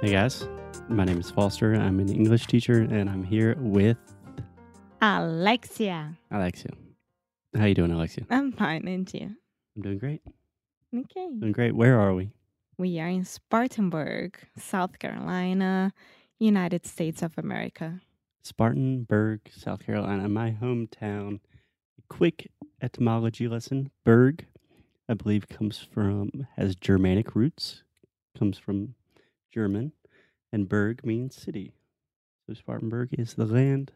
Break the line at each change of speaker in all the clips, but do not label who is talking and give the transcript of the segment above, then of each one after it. Hey guys, my name is Foster. I'm an English teacher, and I'm here with
Alexia.
Alexia. How you doing, Alexia?
I'm fine, and you?
I'm doing great.
Okay.
Doing great. Where are we?
We are in Spartanburg, South Carolina, United States of America.
Spartanburg, South Carolina, my hometown. Quick etymology lesson. Berg, I believe, comes from, has Germanic roots, comes from German, and Berg means city. So Spartanburg is the land,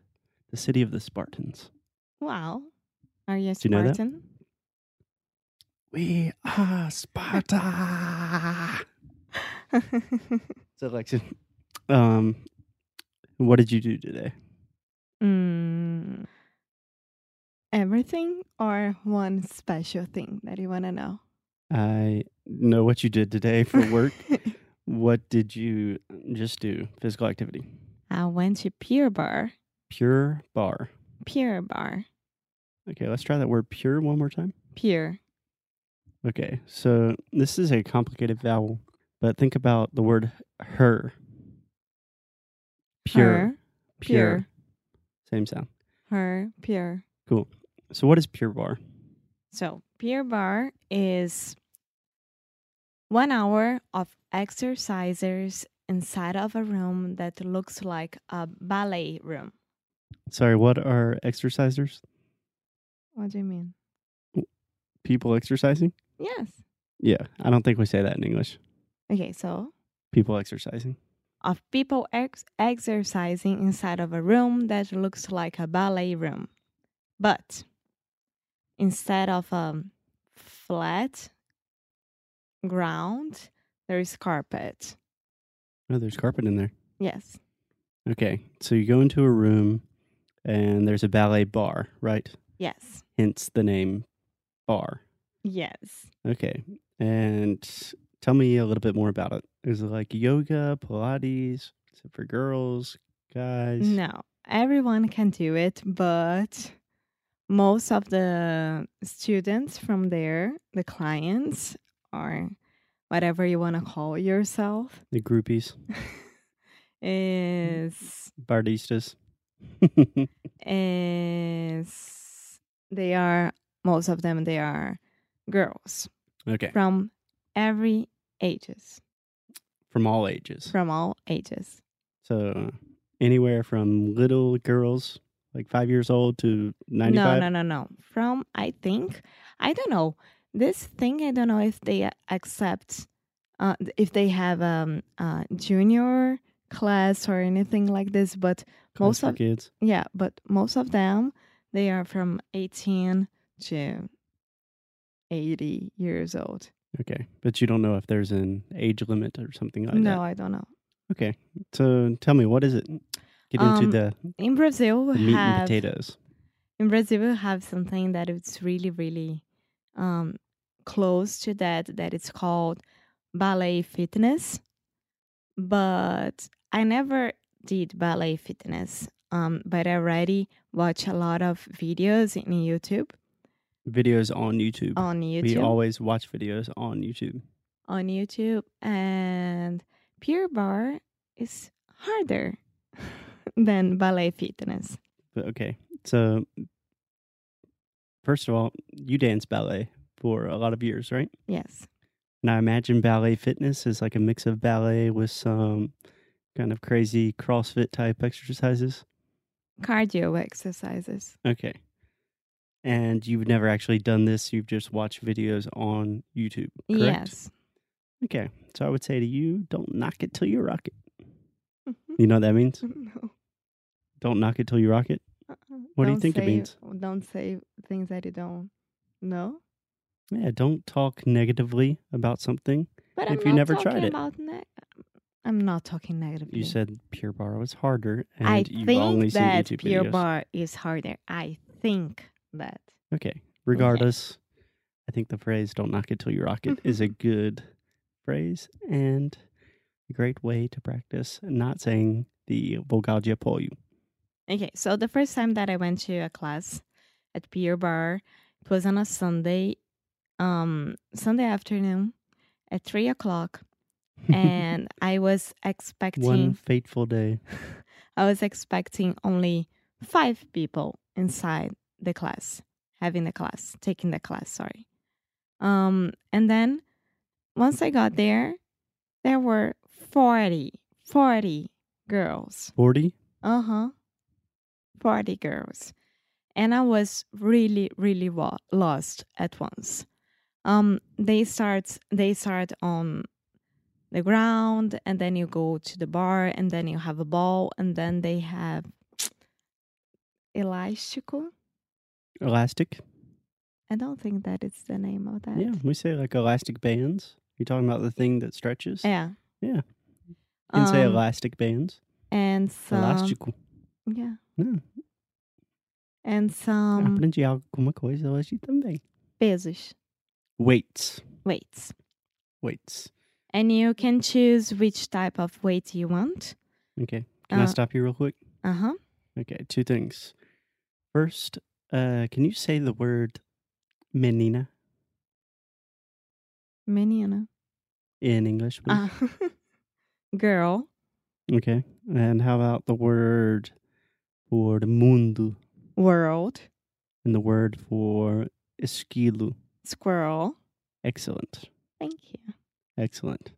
the city of the Spartans.
Wow. Are you a
Do you know that?
Spartan?
We are Sparta! so, Alexia, um, what did you do today?
mm, everything or one special thing that you want to know?
I know what you did today for work. What did you just do? Physical activity.
I went to Pure Bar.
Pure bar.
Pure Bar.
Okay, let's try that word pure one more time.
Pure.
Okay, so this is a complicated vowel, but think about the word her. Pure.
Her. Pure.
Same sound.
Her. Pure.
Cool. So what is pure bar?
So, Pure Bar is one hour of exercises inside of a room that looks like a ballet room.
Sorry, what are exercisers?
What do you mean?
People exercising?
Yes.
Yeah, I don't think we say that in English.
Okay, so
People exercising.
of people ex- exercising inside of a room that looks like a ballet room. But instead of a flat ground, there is carpet.
Oh, there's carpet in there.
Yes.
Okay, so you go into a room and there's a ballet bar, right?
Yes.
Hence the name bar.
Yes.
Okay, and tell me a little bit more about it. Is it like yoga, Pilates? Is it for girls, guys?
No, everyone can do it, but most of the students from there, the clients, or whatever you want to call yourself,
The groupies,
is
bardistas.
is they are most of them they are girls
okay,
from every ages,
from all ages.
from all ages.
So anywhere from little girls, like five years old, to ninety-five.
No, no, no, no. From I think I don't know this thing. I don't know if they a- accept uh, th- if they have um uh, junior class or anything like this. But
Class
most
for
of-
kids.
yeah, but most of them they are from eighteen to eighty years old.
Okay, but you don't know if there's an age limit or something like that.
no, I don't know.
Okay. So tell me, what is it? Get into
Um,
the
In Brazil, we
meat and
have
potatoes.
in Brazil we have something that it's really really um, close to that that it's called ballet fitness but I never did ballet fitness um, but I already watch a lot of videos in YouTube
Videos on YouTube.
on YouTube
We always watch videos on YouTube.
on YouTube and pure bar is harder than ballet fitness
But okay. So first of all, you danced ballet for a lot of years, right?
yes
And I imagine ballet fitness is like a mix of ballet with some kind of crazy CrossFit type exercises.
cardio exercises
Okay. And you've never actually done this, you've just watched videos on YouTube. Correct?
yes
Okay. So I would say to you, don't knock it till you rock it. You know what that means?
no.
Don't knock it till you rock it.
Uh-uh.
What do you
Don't
think it
say-
means?
Don't say things that you don't know.
Yeah, don't talk negatively about something
But
If
I'm
you
not
never
talking
tried it.
about ne- I'm not talking negatively.
You said Pure Bar was harder, and
I
you've
think
only seen
that
YouTube
pure
videos.
bar is harder. I think that.
Okay. Regardless, I think the phrase "Don't knock it till you rock it" is a good phrase and a great way to practice not saying the Volgagia Polju.
Okay, so the first time that I went to a class at Pier Bar, it was on a Sunday, um, Sunday afternoon at three o'clock, and I was expecting
One fateful day.
I was expecting only five people inside the class, having the class, taking the class, sorry. Um, and then once I got there, there were 40, 40 girls.
40?
Uh huh. 40 girls. And I was really, really wa- lost at once. Um, they start they start on the ground and then you go to the bar and then you have a ball and then they have elástico.
Elastic?
I don't think that is the name of that.
Yeah, we say like elastic bands. You're talking about the thing that stretches? You
Yeah.
Yeah. can say
Um,
elastic bands.
and some
Elástico.
yeah.
Não,
And some
aprendi alguma coisa hoje também.
pesos,
Weights.
weights.
Weights.
And you can choose which type of weight you want.
Okay. Can I
Uh,
stop you real quick?
Uh huh.
Okay, two things. First, uh, can you say the word menina
Menina.
in English? please?
Ah. Girl.
Okay. And how about the word for the mundo
World.
and the word for esquilo?
Squirrel.
Excellent.
Thank you.
Excellent.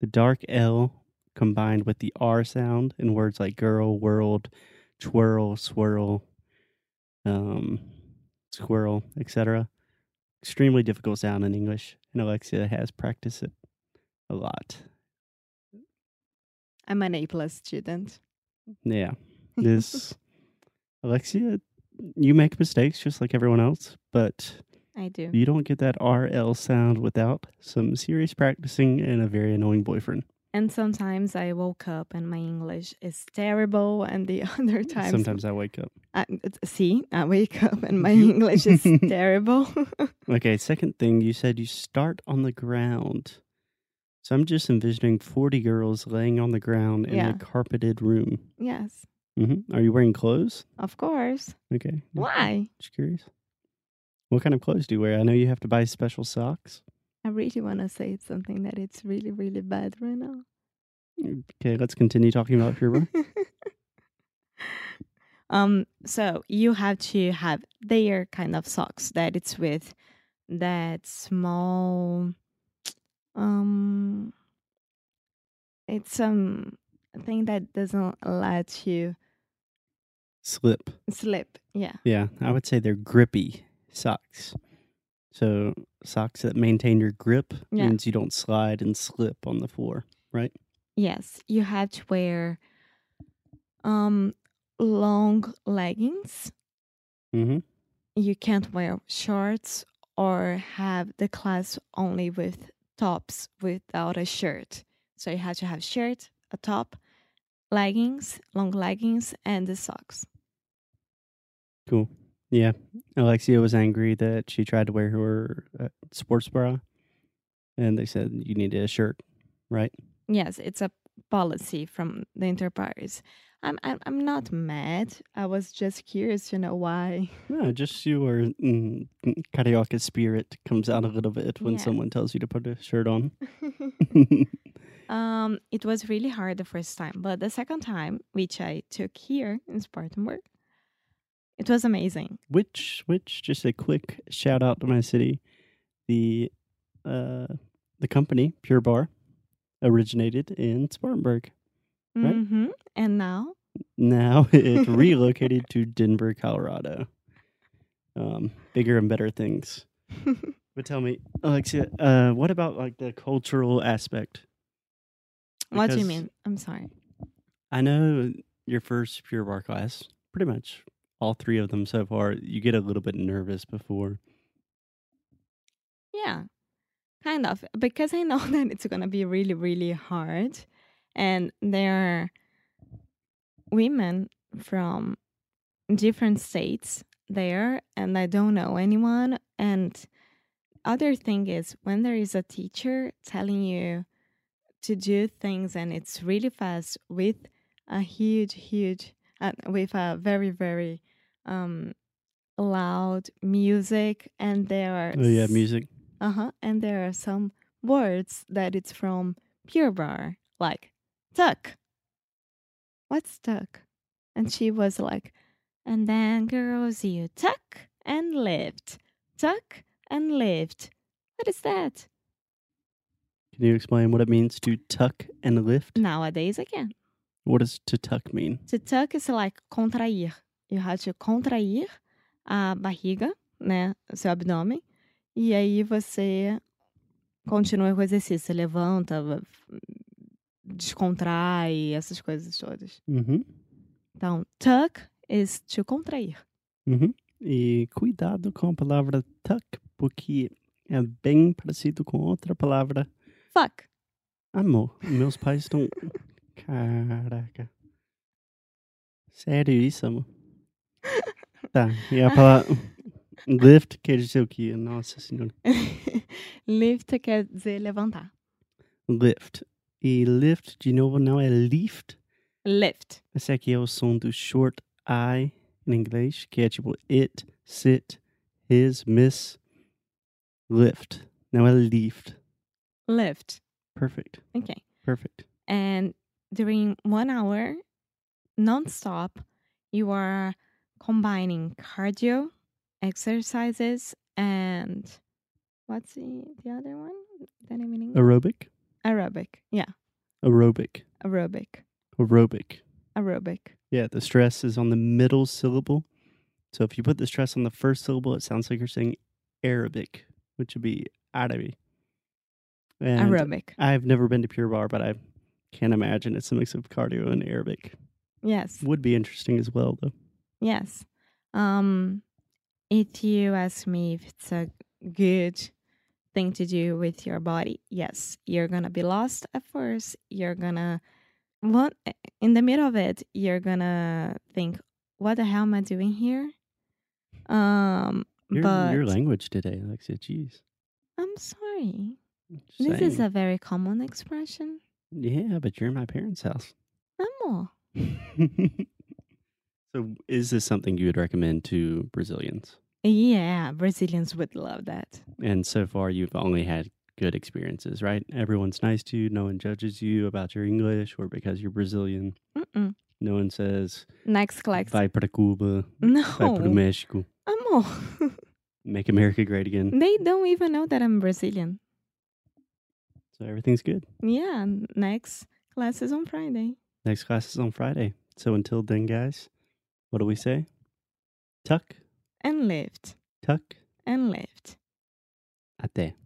The dark L combined with the R sound in words like girl, world, twirl, swirl, um, squirrel, etc. Extremely difficult sound in English, and Alexia has practiced it a lot.
I'm an A plus student.
Yeah. This Alexia, you make mistakes just like everyone else, but
I do.
you don't get that RL sound without some serious practicing and a very annoying boyfriend.
And sometimes I woke up and my English is terrible, and the other times,
Sometimes I wake up.
I, see, I wake up and my
You-
English is terrible.
Okay, second thing, you said you start on the ground. So I'm just envisioning 40 girls laying on the ground in
Yeah.
a carpeted room.
yes,
hmm Are you wearing clothes?
of course.
Okay.
Why?
Just curious. What kind of clothes do you wear? I know you have to buy special socks.
I really want to say something that it's really, really bad right now.
Okay, let's continue talking about pure bar.
um so you have to have their kind of socks that it's with that small um it's um thing that doesn't let you
Slip.
slip yeah
Yeah, I would say they're grippy socks. So socks that maintain your grip
Yeah.
means you don't slide and slip on the floor.
yes you have to wear um long leggings
Mm-hmm.
you can't wear shorts or have the class only with tops without a shirt. So you have to have shirt, a top, leggings, long leggings, and the socks.
Cool. Yeah. Alexia was angry that she tried to wear her uh, sports bra, and they said you need a shirt, right?
Yes, it's a policy from the enterprise. I'm I'm, I'm not mad. I was just curious to know why.
No, just your mm, karaoke spirit comes out a little bit when
Yeah.
someone tells you to put a shirt on.
um, it was really hard the first time, but the second time, which I took here in Spartanburg, it was amazing.
which, which, just a quick shout out to my city. The, uh, the company Pure Bar originated in Spartanburg. right?
Mm-hmm. And now,
Now it relocated to Denver, Colorado. Um, bigger and better things. But tell me, Alexia, uh, what about like the cultural aspect?
what do you
Because
mean? I'm sorry.
I know your first pure bar class, pretty much all three of them so far. You get a little bit nervous before.
Yeah. Kind of, because I know that it's going to be really, really hard. And there are women from different states there, and I don't know anyone. And other thing is, when there is a teacher telling you to do things and it's really fast with a huge, huge, uh, with a very, very um, loud music, and there are
Oh yeah, music.
uh huh. And there are some words that it's from Pure Bar, like tuck. What's tuck? And she was like, and then girls, you tuck and lift, tuck and lift. What is that?
Can you explain what it means to tuck and lift?
Nowadays again,
What does to tuck mean?
to tuck is like contrair. You have to contrair a barriga, né, seu abdômen. E aí você continua com o exercício, você levanta, va- descontrai, essas coisas todas.
Uhum.
Então, tuck is to contrair.
Uhum. E cuidado com a palavra tuck, porque é bem parecido com outra palavra
Fuck.
amor. Meus pais estão. Caraca. Sério isso, amor? Tá, e a palavra. Lift quer dizer o quê? Nossa senhora.
Lift quer dizer levantar.
Lift. E lift, de novo, não é lift.
Lift.
Esse aqui é o som do short I em inglês, que é tipo it, sit, his, miss, lift. Não é lift.
Lift.
Perfect.
Okay.
Perfect.
and during one hour non-stop you are combining cardio exercises and what's the, the other one that i'm meaning
Aerobic.
aerobic yeah
Aerobic.
aerobic
Aerobic.
aerobic
Yeah, the stress is on the middle syllable. So if you put the stress on the first syllable, it sounds like you're saying Arabic, which would be Arabi. And
aerobic
I've never been to Pure Bar, but I can't imagine it's a mix of cardio and Arabic.
yes
Would be interesting as well, though.
yes um if you ask me if it's a good thing to do with your body yes you're gonna be lost at first you're gonna what in the middle of it you're gonna think what the hell am i doing here um
Your,
but
your language today, Alexia. Jeez.
i'm sorry
Just
this is
saying.
a very common expression
yeah, but you're in my parents' house.
amor
so, is this something you would recommend to Brazilians?
yeah brazilians would love that
And so far, you've only had good experiences, right? Everyone's nice to you. No one judges you about your English or because you're Brazilian.
Mm-mm.
No one says
next class
"Vai para Cuba," "Vai para o
no
México,"
amor
"Make America Great Again."
They don't even know that I'm Brazilian.
So everything's good.
Yeah, n- next class is on Friday.
Next class is on Friday. So until then, guys, what do we say? Tuck,
And lift.
tuck,
And lift.
até.